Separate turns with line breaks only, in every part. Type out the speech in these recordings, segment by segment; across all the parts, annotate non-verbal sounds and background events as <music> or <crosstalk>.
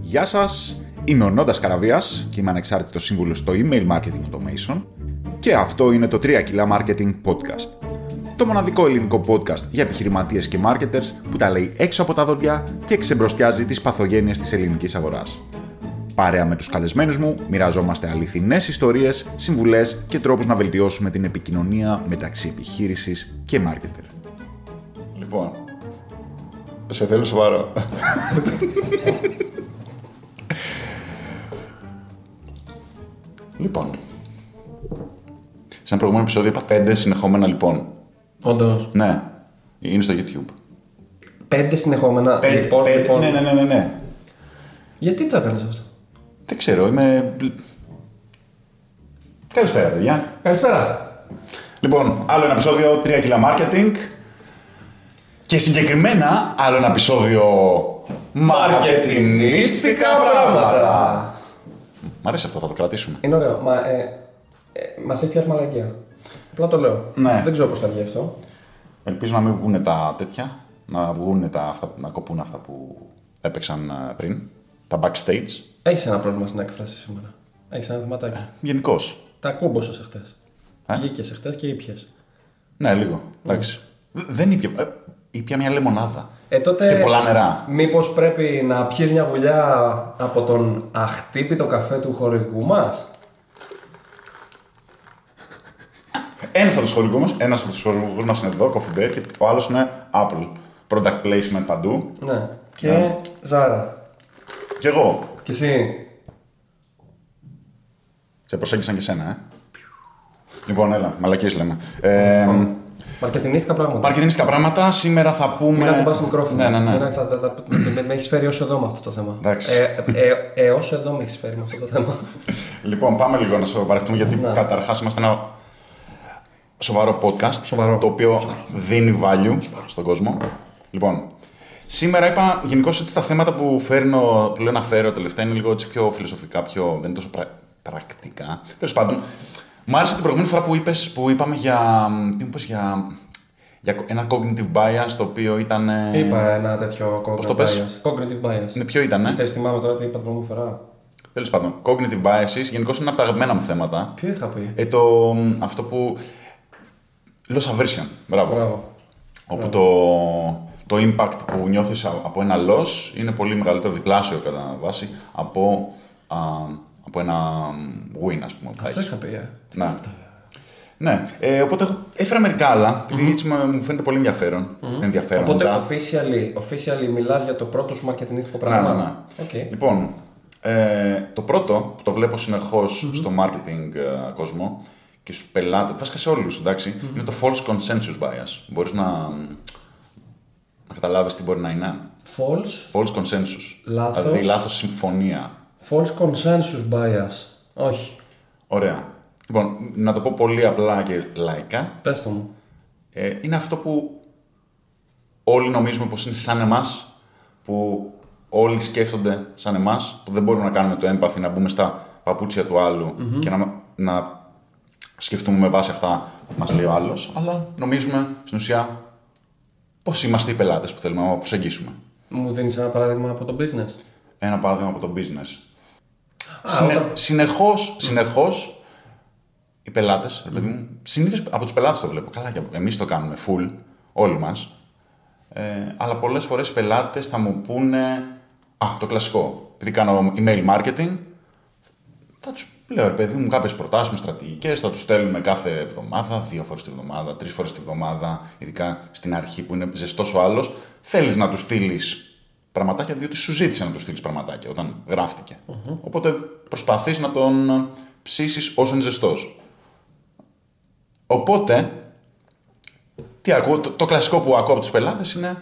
Γεια σας, είμαι ο Νόντας Καραβίας και είμαι ανεξάρτητος σύμβουλος στο email marketing automation και αυτό είναι το 3 κιλά marketing podcast. Το μοναδικό ελληνικό podcast για επιχειρηματίες και marketers που τα λέει έξω από τα δόντια και ξεμπροστιάζει τις παθογένειες της ελληνικής αγοράς. Παρέα με τους καλεσμένους μου, μοιραζόμαστε αληθινές ιστορίες, συμβουλές και τρόπους να βελτιώσουμε την επικοινωνία μεταξύ επιχείρησης και μάρκετερ. Λοιπόν, σε θέλω σοβαρό. λοιπόν, σε ένα προηγούμενο επεισόδιο είπα πέντε συνεχόμενα λοιπόν.
Όντως.
Ναι, είναι στο YouTube.
Πέντε συνεχόμενα.
Πέντε,
λοιπόν,
πέντε,
λοιπόν.
Ναι, ναι, ναι, ναι, ναι.
Γιατί το έκανες αυτό.
Δεν ξέρω, είμαι... Καλησπέρα, παιδιά.
Καλησπέρα.
Λοιπόν, άλλο ένα επεισόδιο 3 κιλά marketing. Και συγκεκριμένα άλλο ένα επεισόδιο μαρκετινίστικα πράγματα. Μ' αρέσει αυτό, θα το κρατήσουμε.
Είναι ωραίο. Μα, ε, ε, μας έχει πιάσει μαλακία. Απλά το λέω.
Ναι.
Δεν ξέρω πώς θα βγει αυτό.
Ελπίζω να μην βγουν τα τέτοια, να βγουν τα αυτά, να κοπούν αυτά που έπαιξαν ε, πριν, τα backstage.
Έχεις ένα πρόβλημα στην έκφραση σήμερα. Έχεις ένα θεματάκι.
Γενικώς.
Τα κόμπωσε εχθέ.
Ε?
Βγήκες εχθέ και ήπια.
Ναι, λίγο. Εντάξει. Δε- Δεν ήπια. ε, ήπια μια λεμονάδα.
Ε, τότε.
Και πολλά νερά.
Μήπως πρέπει να πιεις μια γουλιά από τον αχτύπητο καφέ του χορηγού μας.
Ένας από τους χορηγούς μας, ένας από τους χορηγούς μας είναι εδώ, Coffee Bear, και ο άλλος είναι Apple. Product placement παντού.
Ναι. Και
Ναι.
Ζάρα.
Κι εγώ.
Και εσύ.
Σε προσέγγισαν και σένα, ε. Λοιπόν, έλα, μαλακίες λέμε. Ε,
Λοιπόν. Μαρκετινίστικα πράγματα.
Μαρκετινίστικα πράγματα, σήμερα θα
Μην
πούμε...
να κουμπά το μικρόφωνο.
Ναι, ναι, ναι.
Μην να- θα- θα- θα- με με έχεις φέρει ω εδώ με αυτό το θέμα.
Εντάξει.
Ε, ε, ε, ως εδώ με έχεις φέρει με αυτό το θέμα.
Λοιπόν, πάμε λίγο να σοβαρευτούμε, γιατί
Ναι.
καταρχάς είμαστε ένα σοβαρό podcast,
Σοβαρό.
το οποίο δίνει value στον κόσμο. Λοιπόν, σήμερα είπα γενικώς ότι τα θέματα που, φέρνω, που λέω να φέρω τελευταία είναι λίγο έτσι πιο φιλοσοφικά, πιο, δεν είναι τόσο πρα- πρακτικά. Τέλος πάντων, μου άρεσε την προηγούμενη φορά που, είπες, που είπαμε για, τι μου είπες, για, για ένα cognitive bias, το οποίο ήταν... ε,
Είπα ένα τέτοιο cognitive
το πες?
bias. Cognitive bias.
Ναι, ποιο ήταν, ε?
Θες θυμάμαι τώρα τι είπα την πρώτη φορά.
Τέλος πάντων, cognitive biases γενικώς είναι από τα αγαπημένα μου θέματα.
Ποιο είχα πει.
Ε, το, αυτό που. Loss aversion. Μπράβο.
Μπράβο.
Όπου το, το impact που νιώθεις από ένα loss είναι πολύ μεγαλύτερο, διπλάσιο κατά βάση, από, α, από ένα win, ας πούμε. που θα
Αυτό
έχεις.
είχα πει. ε.
Ναι. Ναι. Ε, οπότε έχω- έφερα μερικά άλλα, επειδή έτσι μου- μου φαίνεται πολύ ενδιαφέρον. ενδιαφέροντα.
Οπότε officially, officially μιλάς για το πρώτο σου μαρκετινίστικο
Ναι,
πράγμα.
ναι, ναι.
Οκ.
Λοιπόν, ε, το πρώτο που το βλέπω συνεχώς στο marketing ε, κόσμο και στους πελάτες, βασικά σε όλους, εντάξει, είναι το false consensus bias. Μπορείς να, να καταλάβεις τι μπορεί να είναι.
False.
False consensus.
Λάθος.
Δηλαδή λάθος συμφωνία.
False consensus bias. Όχι.
Ωραία. Λοιπόν, να το πω πολύ απλά και λαϊκά.
Πες το μου.
Ε, είναι αυτό που όλοι νομίζουμε πως είναι σαν εμάς, που όλοι σκέφτονται σαν εμάς, που δεν μπορούμε να κάνουμε το έμπαθι, να μπούμε στα παπούτσια του αλλου και να, να σκεφτούμε με βάση αυτά που μας λέει ο άλλος, αλλά νομίζουμε στην ουσία πως είμαστε οι πελάτες που θέλουμε να προσεγγίσουμε.
Μου δίνεις ένα παράδειγμα από το business.
Ένα παράδειγμα από το business.
Α,
Συνε...
όταν-
Συνεχώς, συνεχώς, οι πελάτες, ρε παιδί μου, συνήθως από τους πελάτες το βλέπω, καλά και εμείς το κάνουμε full, όλοι μας, ε, αλλά πολλές φορές οι πελάτες θα μου πούνε, α, το κλασικό, επειδή κάνω email marketing, θα τους λέω, ρε παιδί μου, κάποιες προτάσεις με στρατηγικές, θα τους στέλνουμε κάθε εβδομάδα, δύο φορές τη βδομάδα, τρεις φορές τη βδομάδα, ειδικά στην αρχή που είναι ζεστός ο άλλος, θέλεις να τους στείλεις πραγματάκια, διότι σου ζήτησε να του στείλεις πραγματάκια όταν γράφτηκε. Οπότε προσπαθείς να τον ψήσεις όσο είναι ζεστός. Οπότε, τι ακούω, το, το κλασικό που ακούω από τους πελάτες είναι.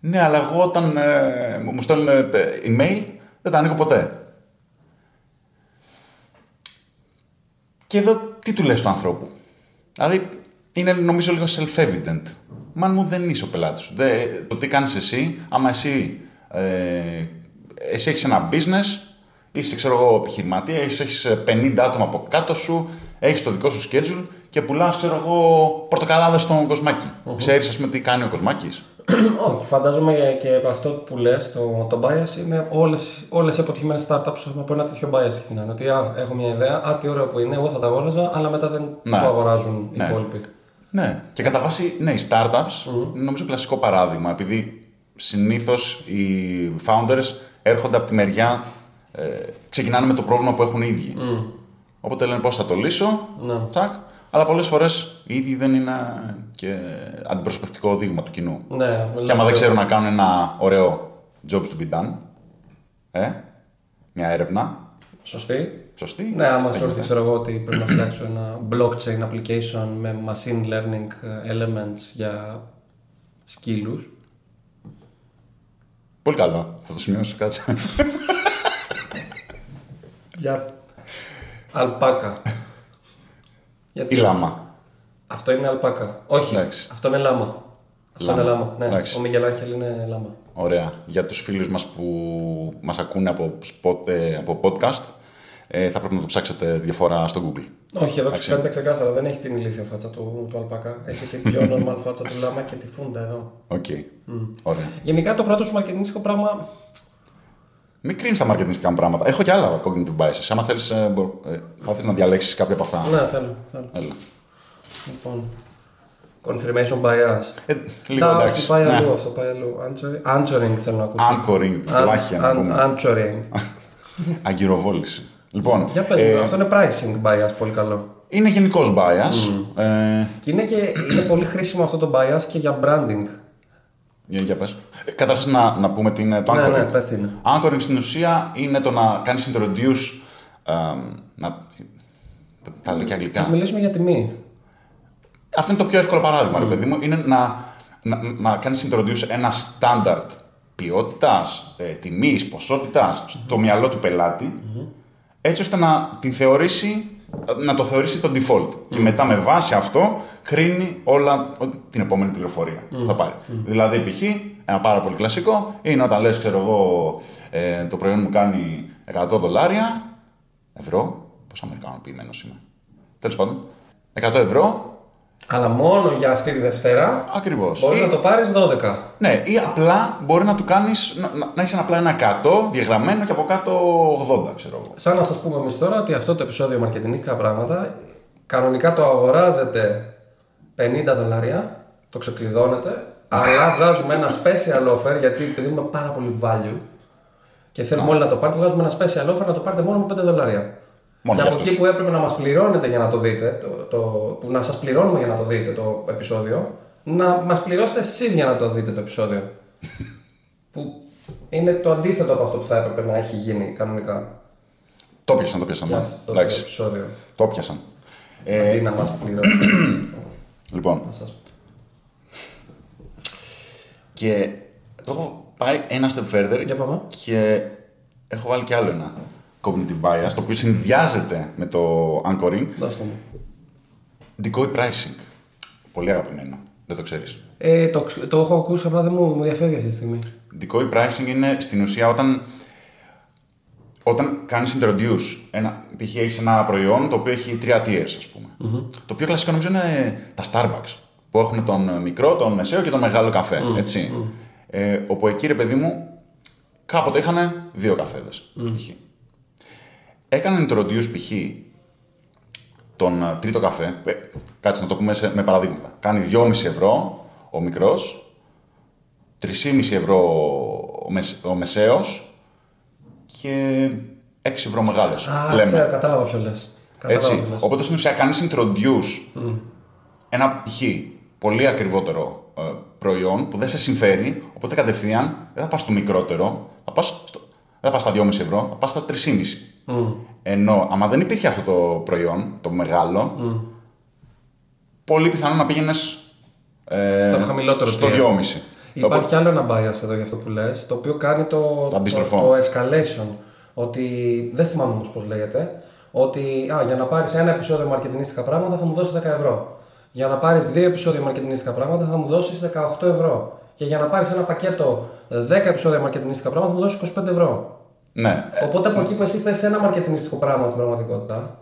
Ναι, αλλά εγώ όταν ε, μου μου στέλνουν ε, email δεν τα ανοίγω ποτέ. Και εδώ τι του λες του ανθρώπου. Δηλαδή είναι νομίζω λίγο self-evident. Μα μου δεν είσαι ο πελάτης σου. Δεν- το τι κάνεις εσύ, άμα εσύ, ε, εσύ έχεις ένα business, είσαι ξέρω εγώ επιχειρηματία, εσύ έχεις ε, 50 άτομα από κάτω σου, έχεις το δικό σου schedule και πουλάς ξέρω εγώ πορτοκαλάδες στον κοσμακι Ξέρεις ας πούμε τι κάνει ο κοσμάκης.
Όχι, φαντάζομαι και από αυτό που λες, το, το bias είναι όλες, όλες οι αποτυχημένες startups από ένα τέτοιο bias ξεκινάνε. Ότι α, έχω μια ιδέα, α, τι ωραίο που είναι, εγώ θα τα αγόραζα, αλλά μετά δεν
Ναι.
το αγοράζουν οι
Ναι.
υπόλοιποι.
Ναι, και κατά βάση, ναι, οι startups είναι νομίζω κλασικό παράδειγμα, επειδή συνήθως οι founders έρχονται από τη μεριά, ε, ξεκινάνε με το πρόβλημα που έχουν οι ίδιοι. Οπότε λένε πώς θα το λύσω,
Ναι.
τσακ, αλλά πολλές φορές οι ίδιοι δεν είναι και αντιπροσωπευτικό δείγμα του κοινού.
Ναι,
Και άμα δεν ξέρουν να κάνουν ένα ωραίο jobs to be done, ε, μια έρευνα,
Σωστή.
σωστή.
Ναι, άμα
δεν
σου έρθει,
γίνεται.
ξέρω εγώ, ότι πρέπει να φτιάξω ένα blockchain application με machine learning ε, elements για σκύλους.
Πολύ καλό. Θα το σημειώσω, κάτσε.
Για
<laughs>
αλπάκα.
Η
Γιατί
λάμα.
αυτό είναι αλπάκα. Όχι,
Εντάξει.
αυτό είναι λάμα. Αυτό
Λάμα.
είναι λάμα. Ναι,
Εντάξει.
ο Μιγελάνχελ είναι λάμα.
Ωραία. Για τους φίλους μας που μας ακούνε από, spot, ε, από podcast, ε, θα πρέπει να το ψάξετε διαφορά στο Google.
Όχι, εδώ φαίνεται ξεκάθαρα. Δεν έχει την ηλίθια φάτσα του, του αλπάκα. Έχει την <laughs> πιο normal φάτσα του λάμα και τη φούντα εδώ.
Οκ. Ωραία.
Γενικά το πρώτο σου μαρκετινίστικο πράγμα.
Μην κρίνεις τα μαρκετινιστικά μου πράγματα. Έχω και άλλα cognitive biases. Άμα θέλεις, ε, μπο- ε, θα θέλεις να διαλέξεις κάποια από αυτά.
Ναι, θέλω. θέλω.
Έλα.
Λοιπόν. Confirmation bias.
Ε, λίγο
Τα-
εντάξει.
Πάει
Ναι.
αλλού αυτό, πάει αλλού. Anchoring- Anchoring θέλω να ακούσω.
Anchoring, βλάχια να
Αν-
πούμε.
Anchoring. <laughs>
Αγκυροβόληση. Λοιπόν,
Για πες
ε,
μου, αυτό είναι pricing bias, πολύ καλό.
είναι γενικός bias. Ε,
Και είναι, και είναι πολύ χρήσιμο αυτό το bias και για branding.
Για, για πες. Ε, Καταρχάς να, να πούμε τι είναι το
Ναι,
anchoring.
ναι, πες τι είναι.
Anchoring στην ουσία είναι το να κάνεις introduce... ε, να, τα, τα λέω και
Ας
αγγλικά.
μιλήσουμε για τιμή.
Αυτό είναι το πιο εύκολο παράδειγμα, ρε παιδί μου. Είναι να, να, να κάνεις introduce ένα standard ποιότητας, ε, τιμής, ποσότητας στο μυαλό του πελατη έτσι ώστε να, την θεωρήσει, να το θεωρήσει το default. Και μετά με βάση αυτό κρίνει όλα ό, την επόμενη πληροφορία που θα πάρει. Δηλαδή, π.χ. ένα πάρα πολύ κλασικό είναι όταν λες, ξέρω εγώ, ε, το προϊόν μου κάνει 100 δολάρια, ευρώ, πόσο αμερικανοποιημένος είμαι, τέλος πάντων, 100 ευρώ,
Αλλά μόνο για αυτή τη Δευτέρα
Ακριβώς.
μπορείς να το πάρεις 12.
Ναι, ή απλά μπορεί να του κάνεις να, να, να έχεις απλά ένα 100 διαγραμμένο και από κάτω 80, ξέρω εγώ.
Σαν να σας πούμε εμείς τώρα ότι αυτό το επεισόδιο μαρκετινίκα πράγματα κανονικά το αγοράζετε 50 δολάρια, το ξεκλειδώνετε,
<laughs>
αλλά βγάζουμε ένα special offer γιατί δίνουμε πάρα πολύ value και θέλουμε όλοι να το πάρετε, βγάζουμε ένα special offer να το πάρετε μόνο με 5 δολάρια.
Μόνο
και
για
από
αυτούς.
εκεί που έπρεπε να μας πληρώνετε για να το δείτε, το, το, που να σας πληρώνουμε για να το δείτε το επεισόδιο, να μας πληρώσετε εσείς για να το δείτε το
<laughs>
επεισόδιο. που είναι το αντίθετο από αυτό που θα έπρεπε να έχει γίνει κανονικά.
Το πιάσαν, το πιάσαν.
Για
ναι.
αυτό το
Εντάξει,
επεισόδιο.
το πιάσαν. Ε,
Αντί να μας
<clears throat>
πληρώσει.
λοιπόν, και το έχω πάει ένα step further
Για πάμε.
και έχω βάλει και άλλο ένα cognitive bias, το οποίο συνδυάζεται με το anchoring.
Δώστε μου.
Decoy pricing. Πολύ αγαπημένο. Δεν το ξέρεις.
Ε, το, ξ- το έχω ακούσει, απλά δεν μου, μου διαφεύγει αυτή τη στιγμή.
Decoy pricing είναι στην ουσία όταν, όταν κάνεις introduce. Ένα, π.χ. έχεις ένα προϊόν το οποίο έχει τρία tiers, ας πουμε Το πιο κλασικό νομίζω είναι τα Starbucks. Που έχουν τον μικρό, τον μεσαίο και τον μεγάλο καφέ, έτσι. Ε, όπου εκεί, ρε παιδί μου, κάποτε είχαν δύο καφέδες, π.χ. Έκαναν introduce, π.χ. τον ε, τρίτο καφέ. Ε, κάτσε να το πούμε σε, με παραδείγματα. Κάνει 2,5 ευρώ ο μικρός, 3,5 ευρώ ο, μεσ, ο μεσαίος και 6 ευρώ μεγάλος,
Α,
λέμε.
ξέρω, κατάλαβα ποιο λες.
Έτσι.
ναι.
Οπότε στην ουσία κάνεις introduce ένα π.χ. πολύ ακριβότερο ε, προϊόν που δεν σε συμφέρει, οπότε κατευθείαν δεν θα πας στο μικρότερο, θα πας στο, δεν θα πας στα 2,5 ευρώ, θα πας στα 3,5. Ενώ, άμα δεν υπήρχε αυτό το προϊόν, το μεγάλο, πολύ πιθανό να πήγαινες ε,
Στο χαμηλότερο
στο
tier.
2,5.
Υπάρχει άλλο ένα bias εδώ για αυτό που λες, το οποίο κάνει το,
Το αντίστροφο.
το escalation. Ότι δεν θυμάμαι όμως πώς λέγεται. Ότι α, για να πάρεις ένα επεισόδιο μαρκετινίστικα πράγματα θα μου δώσεις 10 ευρώ. Για να πάρεις δύο επεισόδια μαρκετινίστικα πράγματα θα μου δώσεις 18 ευρώ. Και για να πάρεις ένα πακέτο 10 επεισόδια μαρκετινίστικα πράγματα θα μου δώσεις 25 ευρώ.
Ναι,
Οπότε από εκεί που εσύ θες ένα μαρκετινιστικό πράγμα στην πραγματικότητα,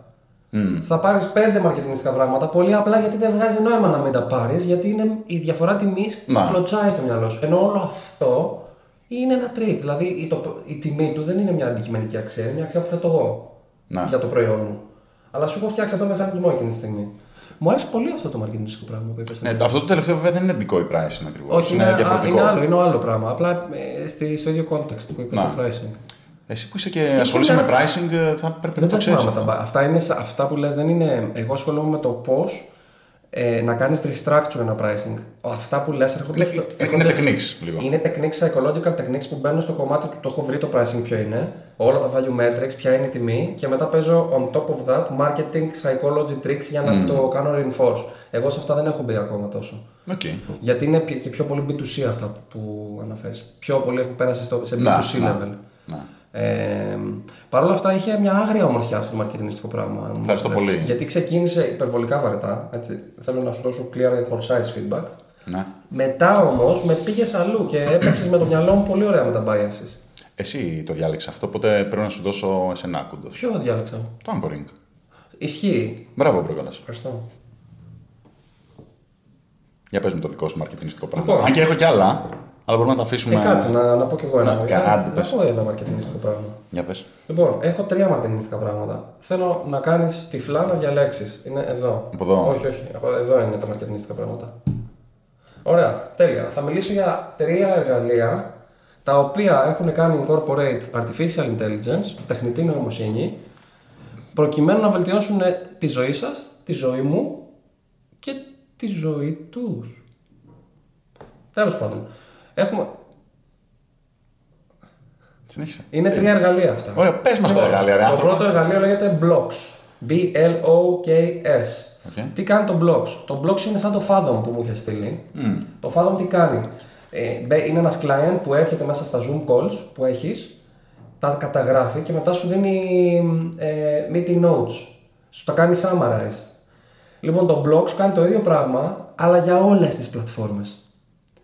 θα πάρεις πέντε μαρκετινιστικά πράγματα πολύ απλά γιατί δεν βγάζει νόημα να μην τα πάρεις, γιατί είναι η διαφορά τιμής
Να.
κλωτσάει στο μυαλό σου. Ενώ όλο αυτό είναι ένα τρίκ. Δηλαδή η, το, η τιμή του δεν είναι μια αντικειμενική αξία, είναι μια αξία που θέτω εγώ
Να.
για το προϊόν μου. Αλλά σου έχω φτιάξει αυτό μηχανισμό εκείνη τη στιγμή. Μου άρεσε πολύ αυτό το μαρκετινιστικό πράγμα που είπες.
Ναι, το- αυτό το τελευταίο βέβαια δεν είναι δικό η pricing ακριβώς.
Όχι, είναι, α,
διαφορετικό.
είναι άλλο, είναι άλλο πράγμα. Απλά ε, στη, στο ίδιο context που είπες
Να.
το pricing.
Εσύ που είσαι και ασχολείσαι με pricing, ε, θα πρέπει να το
Δεν τα
ξέρεις.
θυμάμαι. Αυτά. αυτά, είναι, σα- αυτά που λες δεν είναι... Εγώ ασχολούμαι με το πώς ε, να κάνεις restructure ένα pricing. Αυτά που λες έρχονται...
Είναι,
στο-
είναι
έρχονται-
techniques λίγο.
Είναι techniques, psychological techniques που μπαίνουν στο κομμάτι του το έχω βρει το pricing ποιο είναι, όλα τα value metrics, ποια είναι η τιμή και μετά παίζω on top of that marketing psychology tricks για να το κάνω reinforce. Εγώ σε αυτά δεν έχω μπει ακόμα τόσο.
Οκ.
Γιατί είναι και πιο πολύ B2C αυτά που αναφέρεις. Πιο πολύ έχω πέρασει στο, σε B2C
Να,
level.
να, να.
Ε, Παρ' όλα αυτά είχε μια άγρια ομορφιά αυτό το μαρκετινιστικό πράγμα. αν μου
Ευχαριστώ
επιτρέπεις.
πολύ.
Γιατί ξεκίνησε υπερβολικά βαρετά. Έτσι. Θέλω να σου δώσω clear and concise feedback.
Ναι.
Μετά όμως με πήγες αλλού και έπαιξες με το μυαλό μου πολύ ωραία με τα biases.
Εσύ το διάλεξες αυτό, οπότε πρέπει να σου δώσω εσένα άκουντος.
Ποιο διάλεξα.
Το anchoring.
Ισχύει.
Μπράβο, Μπροκόλας.
Ευχαριστώ.
Για πες μου το δικό σου μαρκετινιστικό πράγμα.
Λοιπόν.
Αν και έχω κι άλλα, αλλά μπορούμε να τα αφήσουμε.
Ε, κάτσε να, να πω κι εγώ ένα.
Να,
Να,
κάντε,
να
πες.
πω ένα μαρκετινιστικό πράγμα.
Για πες.
Λοιπόν, έχω τρία μαρκετινιστικά πράγματα. Θέλω να κάνεις τυφλά να διαλέξεις. Είναι εδώ.
Από εδώ.
Όχι, όχι. Από εδώ είναι τα μαρκετινιστικά πράγματα. Ωραία, τέλεια. Θα μιλήσω για τρία εργαλεία τα οποία έχουν κάνει incorporate artificial intelligence, τεχνητή νοημοσύνη, προκειμένου να βελτιώσουν τη ζωή σας, τη ζωή μου και τη ζωή τους. Τέλος πάντων. Έχουμε...
Συνέχισε.
Είναι τρία εργαλεία αυτά.
Ωραία, πες μας τα
Λοιπόν,
εργαλεία, ρε
Το
άνθρωπε.
πρώτο εργαλείο λέγεται Blocks. B-L-O-K-S.
Οκ.
Τι κάνει το Blocks. Το Blocks είναι σαν το Fathom που μου είχες στείλει. Το Fathom τι κάνει. Ε, μπε- είναι ένας client που έρχεται μέσα στα Zoom calls που έχεις, τα καταγράφει και μετά σου δίνει ε, meeting notes. Σου τα κάνει summarize. Λοιπόν, το Blocks κάνει το ίδιο πράγμα, αλλά για όλες τις πλατφόρμες.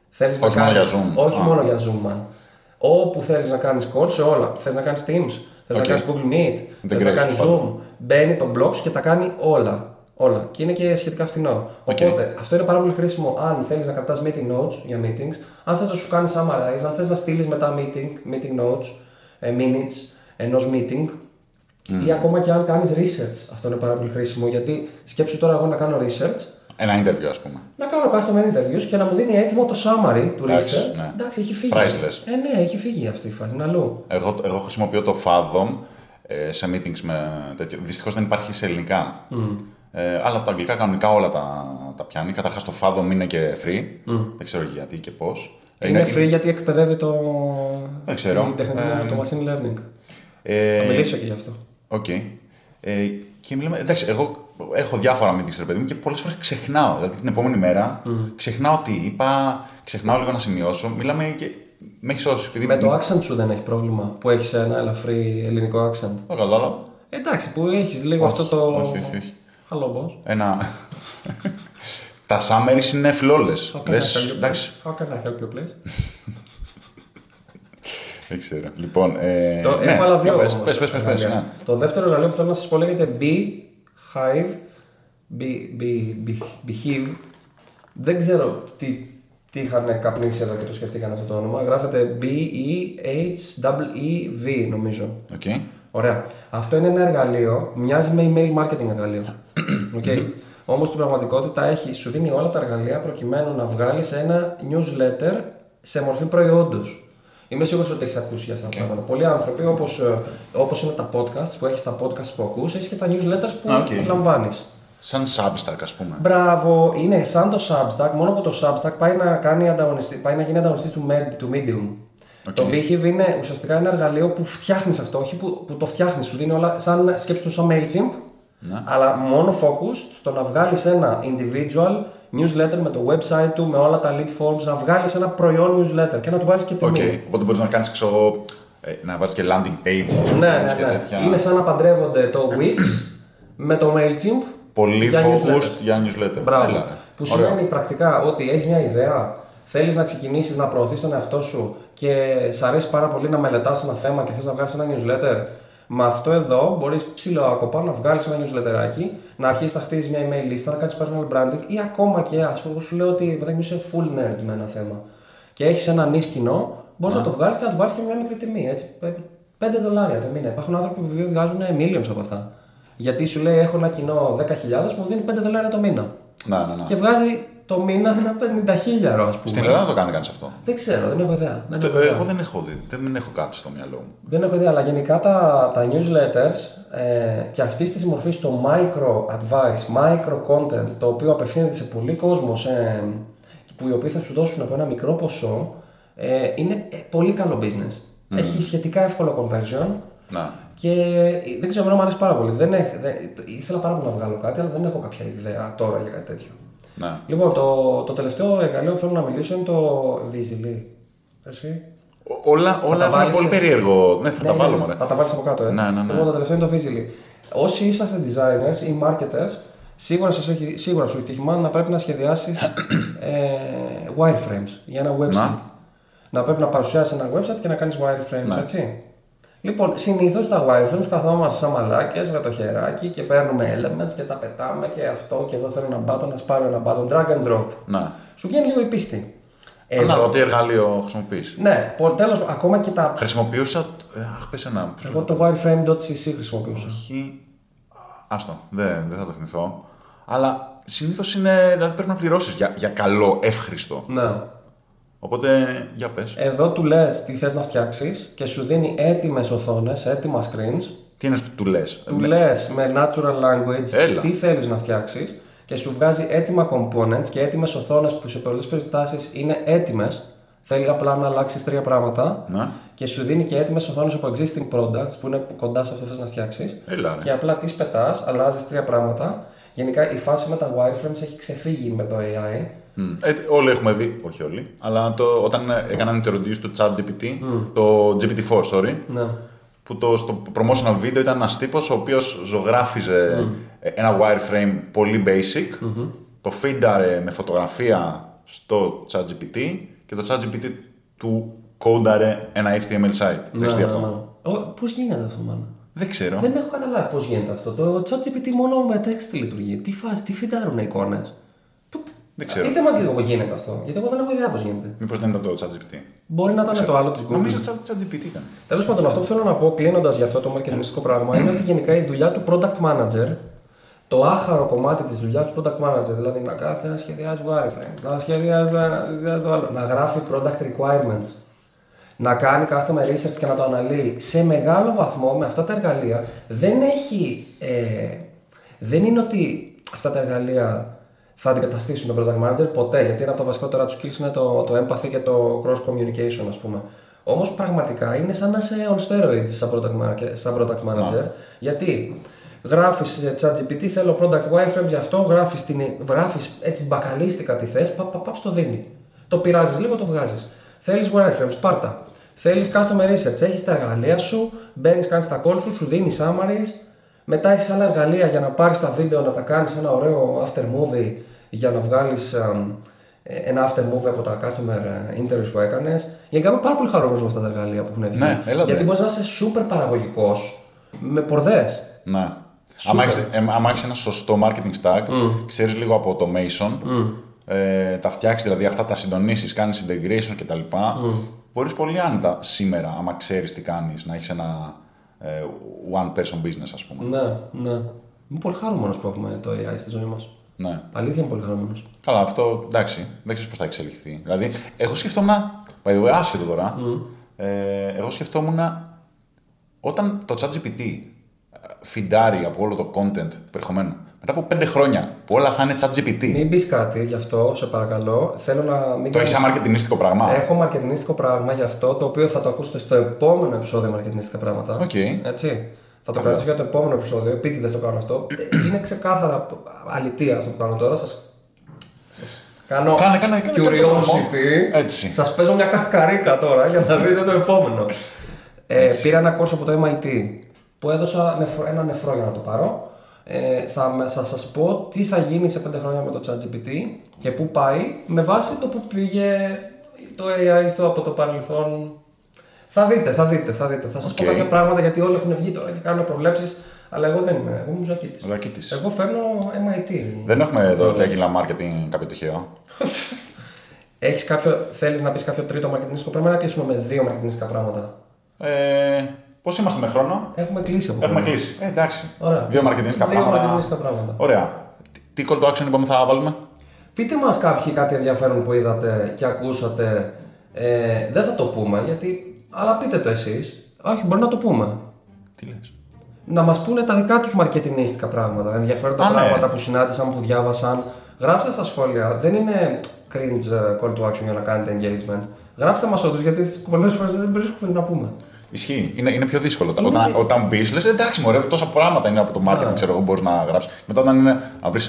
Θέλεις
Όχι
να
μόνο
κάνεις-
για Zoom.
Όχι
Α.
μόνο για Zoom, man. Όπου θέλεις να κάνεις call σε όλα. Θες να κάνεις Teams, θες να
Οκ.
κάνεις Google Meet,
Δεν
θες να κάνει
κρίνεις
Zoom. Μπαίνει το blog σου και τα κάνει όλα. Όλα. Και είναι και σχετικά φθηνό. Οπότε αυτό είναι πάρα πολύ χρήσιμο αν θέλεις να κρατάς meeting notes για meetings, αν θες να σου κάνεις summarize, αν θες να στείλεις μετά meeting, meeting notes, ε, minutes ενός meeting. Ή ακόμα και αν κάνεις research. Αυτό είναι πάρα πολύ χρήσιμο γιατί σκέψου τώρα εγώ να κάνω research
Ένα interview, ας πούμε.
να κάνω customer interviews και να μου δίνει έτοιμο το summary του
Εντάξει,
research.
ναι.
Εντάξει, έχει φύγει.
Priceless.
Ε, ναι, έχει φύγει αυτή η φάση. Είναι αλλού.
Εγώ, εγώ χρησιμοποιώ το Fathom ε, σε meetings με τέτοιο. Δυστυχώς δεν υπάρχει σε ελληνικά. Ε, αλλά από τα αγγλικά κανονικά όλα τα, τα πιάνει. Καταρχάς το Fathom είναι και free. Δεν ξέρω γιατί και πώς.
Είναι, free γιατί εκπαιδεύει το.
Δεν ξέρω.
την τεχνητή-
Ε, Ε,
το machine learning. Θα
Ε,
μιλήσω και γι' αυτό.
Οκ. Ε, και μιλάμε, εντάξει, εγώ έχω διάφορα meetings, ρε παιδί μου, και πολλές φορές ξεχνάω. Δηλαδή την επόμενη μέρα ξεχνάω τι είπα, ξεχνάω λίγο να σημειώσω. Μιλάμε και. Με έχεις σώσει. Επειδή
Με Ε, το accent σου δεν έχει πρόβλημα που έχεις ένα ελαφρύ ελληνικό accent. Ε,
Το κατάλαβα.
Εντάξει, που έχεις λίγο
Όχι,
αυτό το.
όχι, όχι, όχι.
Hello, boss.
Ένα. Τα summaries είναι φιλόλε.
How can I
Λες.
help you,
Εντάξει,
please? How can I help you, please?
δεν ξέρω. Λοιπόν. Ε,
Το-
ναι,
έχω άλλα δύο.
για πες,
όμως
Πες, πες, πες, πες,
εργαλεία.
ναι.
Το δεύτερο εργαλείο που θέλω να σας πω λέγεται Beehive. Be- be- be- Beehive. Δεν ξέρω τι, τι είχαν καπνίσει εδώ και το σκεφτήκαν αυτό το όνομα. Γράφεται E B-E-H-E-V E νομίζω.
Οκ.
Ωραία. Αυτό είναι ένα εργαλείο, μοιάζει με email marketing
<coughs>
εργαλείο. Okay. Όμως στην πραγματικότητα έχει, σου δίνει όλα τα εργαλεία προκειμένου να βγάλεις ένα newsletter σε μορφή προϊόντος. Είμαι σίγουρος ότι έχεις ακούσει για αυτά τα πράγματα. Πολλοί άνθρωποι, όπως όπως είναι τα podcasts που έχεις τα podcasts που ακούς, έχεις και τα newsletters που
Α, οκ.
okay. λαμβάνεις.
Σαν Substack, ας πούμε.
Μπράβο, είναι σαν το Substack, μόνο που το Substack πάει να, κάνει ανταγωνιστή, πάει να γίνει ανταγωνιστής του, Med, του Medium.
Οκ.
Το Beehive είναι ουσιαστικά ένα εργαλείο που φτιάχνεις αυτό, όχι που, που το φτιάχνεις. Σου δίνει όλα σαν σκέψη του σαν MailChimp,
Ναι.
αλλά μόνο focus στο να βγάλεις ένα individual newsletter με το website του, με όλα τα lead forms, να βγάλεις ένα προϊόν newsletter και να του βάλεις και τιμή.
Οκ. Οπότε μπορείς να κάνεις, ξέρω εγώ, ε, να βάλει και landing page.
Ναι, ναι,
και
ναι.
τέτοια.
Είναι σαν να παντρεύονται το Wix με το MailChimp.
Πολύ
για newsletter.
focused για newsletter.
Μπράβο.
Έλα, ρε.
Που
Ωραία.
σημαίνει πρακτικά ότι έχεις μια ιδέα, θέλεις να ξεκινήσεις να προωθείς τον εαυτό σου και σ' αρέσει πάρα πολύ να μελετάς ένα θέμα και θες να βγάλεις ένα newsletter. Με αυτό εδώ μπορείς ψηλό άκοπα να βγάλεις ένα newsletterάκι, να αρχίσεις να χτίζεις μια email λίστα, να κάνεις personal branding ή ακόμα και ας πούμε, σου λέω ότι παιδάκι μου είσαι full nerd με ένα θέμα. Και έχεις ένα νης κοινό, μπορείς
Ναι.
να το βγάλεις και να του βάλεις και μια μικρή τιμή. Έτσι, 5 δολάρια το μήνα. Υπάρχουν άνθρωποι που βγάζουν millions από αυτά. Γιατί σου λέει: Έχω ένα κοινό 10.000 που μου δίνει 5 δολάρια το μήνα.
Να, ναι, ναι.
Και βγάζει το μήνα ένα 50.000 α πούμε.
Στην Ελλάδα το κάνει κανείς αυτό.
Δεν ξέρω, δεν έχω ιδέα. Δεν
Το- ε,
έχω ιδέα.
εγώ δεν έχω δει, δεν έχω κάτι στο μυαλό μου.
Δεν έχω ιδέα, αλλά γενικά τα, τα newsletters ε, και αυτή τη μορφή το micro advice, micro content, το οποίο απευθύνεται σε πολύ κόσμο, σε, που οι οποίοι θα σου δώσουν από ένα μικρό ποσό, ε, είναι ε, πολύ καλό business.
Mm.
Έχει σχετικά εύκολο conversion.
Να.
Και ε, δεν ξέρω, εμένα μου αρέσει πάρα πολύ. Δεν έχ- δεν, ήθελα πάρα πολύ να βγάλω κάτι, αλλά δεν έχω κάποια ιδέα τώρα για κάτι τέτοιο.
Να.
Λοιπόν, το, το τελευταίο εργαλείο που θέλω να μιλήσω είναι το Visily. Εσύ.
Ο- Όλα, όλα
τα
έχουν
βάλεις
πολύ
σε-
περίεργο. Ναι, θα τα
Ναι,
βάλω
ναι,
μωρέ.
Θα τα βάλεις από κάτω, ε.
Ναι, ναι, ναι.
Λοιπόν, το τελευταίο είναι το Visily. Όσοι είσαστε designers ή marketers, σίγουρα, σας έχει, σίγουρα σου έχει τύχει μάλλον να πρέπει να σχεδιάσεις ε, wireframes για ένα website. Να, πρέπει να παρουσιάσεις ένα website και να κάνεις wireframes,
Ναι.
έτσι. Λοιπόν, συνήθως τα wireframes καθόμαστε σαν μαλάκες με το χεράκι και παίρνουμε elements και τα πετάμε και αυτό και εδώ θέλω ένα button, να σπάρω ένα button, drag and drop.
Να.
Σου βγαίνει λίγο η πίστη. Ε,
Ανάλογα τι εργαλείο χρησιμοποιείς.
ναι, τέλος, ακόμα και τα.
Χρησιμοποιούσα. ε, Αχ, πες ένα. μου.
Εγώ το wireframe.cc χρησιμοποιούσα.
Έχει. Άστο, δεν, δεν θα το θυμηθώ. Αλλά συνήθως είναι. Δηλαδή πρέπει να πληρώσεις για, για καλό, εύχριστο.
Ναι.
Οπότε για πες.
Εδώ του λες τι θες να φτιάξεις και σου δίνει έτοιμες οθόνες, έτοιμα screens.
Τι είναι του λες.
Του λες με natural language
Έλα.
τι θέλεις να φτιάξεις και σου βγάζει έτοιμα components και έτοιμες οθόνες που σε πολλές περιστάσεις είναι έτοιμες. Θέλει απλά να αλλάξεις τρία πράγματα.
Να.
Και σου δίνει και έτοιμες οθόνες από existing products που είναι κοντά σε αυτό που θες να φτιάξεις.
Έλα, ρε.
Και απλά τις πετάς, αλλάζεις τρία πράγματα. Γενικά η φάση με τα wireframes έχει ξεφύγει με το AI.
Μμ. Ε, τι- όλοι έχουμε δει, όχι όλοι, αλλά το, όταν ε, έκαναν την introduce του chat GPT, το GPT-4, sorry,
Ναι.
που το, στο promotional video ήταν ένας τύπος ο οποίος ζωγράφιζε ε, ένα wireframe πολύ basic, το φίνταρε με φωτογραφία στο ChatGPT και το ChatGPT του κόνταρε ένα HTML site. Το
Ε,
έχεις δει αυτό.
Πώς γίνεται αυτό, μάλλον.
Δεν ξέρω.
Ναι, Δεν έχω καταλάβει πώς γίνεται αυτό. Το ChatGPT μόνο με text λειτουργεί. Τι φάση, τι φιντάρουν οι εικόνες.
Δεν ξέρω.
Είτε μας λίγο πώς γίνεται αυτό, γιατί εγώ δεν έχω ιδέα πώς γίνεται.
Μήπως δεν ήταν το ChatGPT.
Μπορεί να ήταν το άλλο της Google.
Νομίζω το ChatGPT ήταν.
Τέλος πάντων, αυτό που θέλω να πω κλείνοντας για αυτό το μαρκετινιστικό πράγμα είναι ότι γενικά η δουλειά του product manager, το άχαρο κομμάτι της δουλειάς του product manager, δηλαδή να κάθεται να σχεδιάζει wireframes, να σχεδιάζει ένα, να σχεδιάζει το άλλο, να γράφει product requirements, να κάνει customer research και να το αναλύει, σε μεγάλο βαθμό με αυτά τα εργαλεία δεν έχει. Ε, δεν είναι ότι αυτά τα εργαλεία θα αντικαταστήσουν τον product manager ποτέ, γιατί ένα από τα βασικότερα τους skills είναι το, το empathy και το cross communication, ας πούμε. Όμως πραγματικά είναι σαν να είσαι on steroids σαν product, market- σαν product manager, γιατί γράφεις σε ChatGPT, θέλω product wireframe για αυτό, γράφεις γράφεις έτσι μπακαλίστικα τι θε, παπ, παπ, στο δίνει. Το πειράζεις λίγο, το βγάζεις. Θέλεις wireframes, πάρτα. Θέλεις customer research, έχεις τα εργαλεία σου, μπαίνεις, κάνεις τα calls σου, σου δίνεις summaries, μετά έχεις άλλα εργαλεία για να πάρεις τα βίντεο, να τα κάνεις ένα ωραίο after movie για να βγάλεις ένα after movie από τα customer ε, interviews που έκανες. Γενικά είμαι πάρα πολύ χαρούμενος με αυτά τα εργαλεία που έχουν βγει.
Ναι, έλα,
γιατί
ναι.
μπορείς να είσαι super παραγωγικός με πορδές.
Ναι. Άμα έχεις- ε, άμα έχεις ένα σωστό marketing stack, ξέρεις λίγο από automation, ε, τα φτιάξεις δηλαδή αυτά, τα συντονίσεις, κάνεις integration κτλ. Μπορείς πολύ άνετα σήμερα, άμα ξέρεις τι κάνεις, να έχεις ένα ε, one person business ας πούμε.
Ναι, ναι. Είμαι πολύ χαρούμενος που έχουμε το AI στη ζωή μας.
Ναι.
Αλήθεια είμαι πολύ χαρούμενος.
Καλά, αυτό εντάξει, δεν ξέρεις πώς θα εξελιχθεί. Δηλαδή, εγώ σκεφτόμουν. By the way, άσχετο τώρα. Ε, εγώ σκεφτόμουν όταν το ChatGPT ε, φιντάρει από όλο το content του περιεχομένου μετά από πέντε χρόνια που όλα θα είναι ChatGPT.
Μην πεις κάτι γι' αυτό, σε παρακαλώ. Θέλω να μην
Το έχεις σαν μαρκετινίστικο πράγμα.
Έχω μαρκετινίστικο πράγμα γι' αυτό το οποίο θα το ακούσετε στο επόμενο επεισόδιο μαρκετινίστικα πράγματα.
Οκ.
Έτσι. Θα το κρατήσω για το επόμενο επεισόδιο. Επειδή δεν το κάνω αυτό. Ε, Είναι ξεκάθαρα αλητία αυτό που κάνω τώρα. Σας κάνω
Κάνε, κάνε, κάνε, κάνε το πρόμο.
curiosity.
Έτσι.
Σας παίζω μια καυκαρίκα τώρα για να δείτε το επόμενο. Ε, πήρα ένα κόρσο από το MIT που έδωσα νεφρο- ένα νεφρό για να το πάρω. Ε, θα σα σας πω τι θα γίνει σε 5 χρόνια με το ChatGPT και πού πάει με βάση το που πήγε το AI στο από το παρελθόν. Θα δείτε, θα δείτε, θα δείτε. Θα σας πω
Οκ.
κάποια πράγματα γιατί όλοι έχουν βγει τώρα και κάνουν προβλέψεις. Αλλά εγώ δεν είμαι. Εγώ είμαι Ζακίτη.
Ο Ζακίτης.
Εγώ φέρνω MIT.
Δεν έχουμε
ναι,
εδώ τρέγγυλα marketing κάποιο τυχαίο.
Έχεις κάποιο. Θέλεις να πεις κάποιο τρίτο μαρκετινιστικό πράγμα ή να κλείσουμε με δύο μαρκετινιστικά πράγματα.
Ε, Πώς είμαστε με χρόνο,
Έχουμε κλείσει
<laughs>
από
έχουμε
πριν.
κλείσει. Ε, εντάξει.
Ναι. Ωραία.
Δύο μαρκετινιστικά
Δύο
πράγματα.
μαρκετινιστικά πράγματα.
Ωραία. Τι- Τι call to action είπαμε θα βάλουμε.
Πείτε μας κάποιοι κάτι ενδιαφέρον που είδατε και ακούσατε. Ε, δεν θα το πούμε γιατί. Αλλά πείτε το εσείς. Όχι, μπορεί να το πούμε.
Τι λες.
Να μας πούνε τα δικά τους μαρκετινίστικα πράγματα, ενδιαφέροντα
Α, ναι.
πράγματα που συνάντησαν, που διάβασαν. Γράψτε στα σχόλια. Δεν είναι cringe ε, call to action για να κάνετε engagement. Γράψτε μας όντως γιατί πολλές φορές δεν βρίσκουμε να πούμε.
Ισχύει. Είναι, είναι πιο δύσκολο. Ναι.
Είναι
Όταν,
δύ-
όταν μπεις, λες εντάξει, μωρέ, τόσα πράγματα είναι από το marketing, ξέρω εγώ, μπορείς να γράψεις. Μετά, όταν είναι να βρεις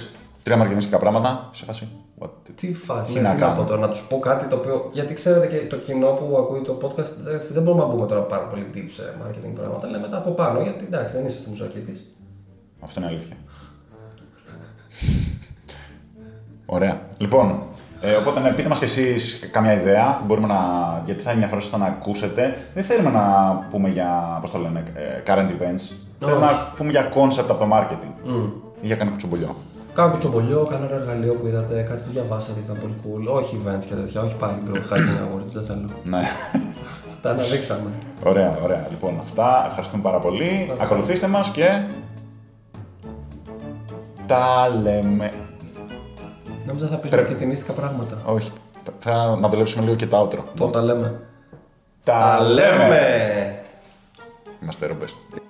τρία μαρκετινιστικά πράγματα, σε φάση. What the-
Τι φάση,
Τι
τι
να
να
κάνω.
πω τώρα, να τους πω κάτι το οποίο. Γιατί ξέρετε και το κοινό που ακούει το podcast, έτσι, δεν μπορούμε να μπούμε τώρα πάρα πολύ deep σε marketing πράγματα. Λέμε τα από πάνω, γιατί εντάξει, δεν είσαι στη μουσική τη.
Αυτό είναι αλήθεια. Ωραία. Λοιπόν, ε, οπότε ναι, πείτε μας κι εσείς καμιά ιδέα. Μπορούμε να... Γιατί θα ενδιαφέρον να ακούσετε. Δεν θέλουμε να πούμε για. Πώς το λένε, ε, current events. Θέλουμε να πούμε για concept από το marketing. Ή για κανένα κουτσομπολιό.
Κάποιο τσομπολιό, κανένα εργαλείο που είδατε, κάτι που διαβάσατε, ήταν πολύ cool. Όχι events και τέτοια, όχι πάλι growth hacking awards, δεν θέλω.
Ναι.
Τα αναδείξαμε.
ωραία, ωραία. Λοιπόν, αυτά. Ευχαριστούμε πάρα πολύ. Ακολουθήστε μας και. Τα λέμε.
Νόμιζα θα πει μαρκετινίστικα πράγματα.
Όχι. Θα να δουλέψουμε λίγο και το outro.
Τότε λέμε.
Τα
Τα λέμε!
Είμαστε ρούμπες.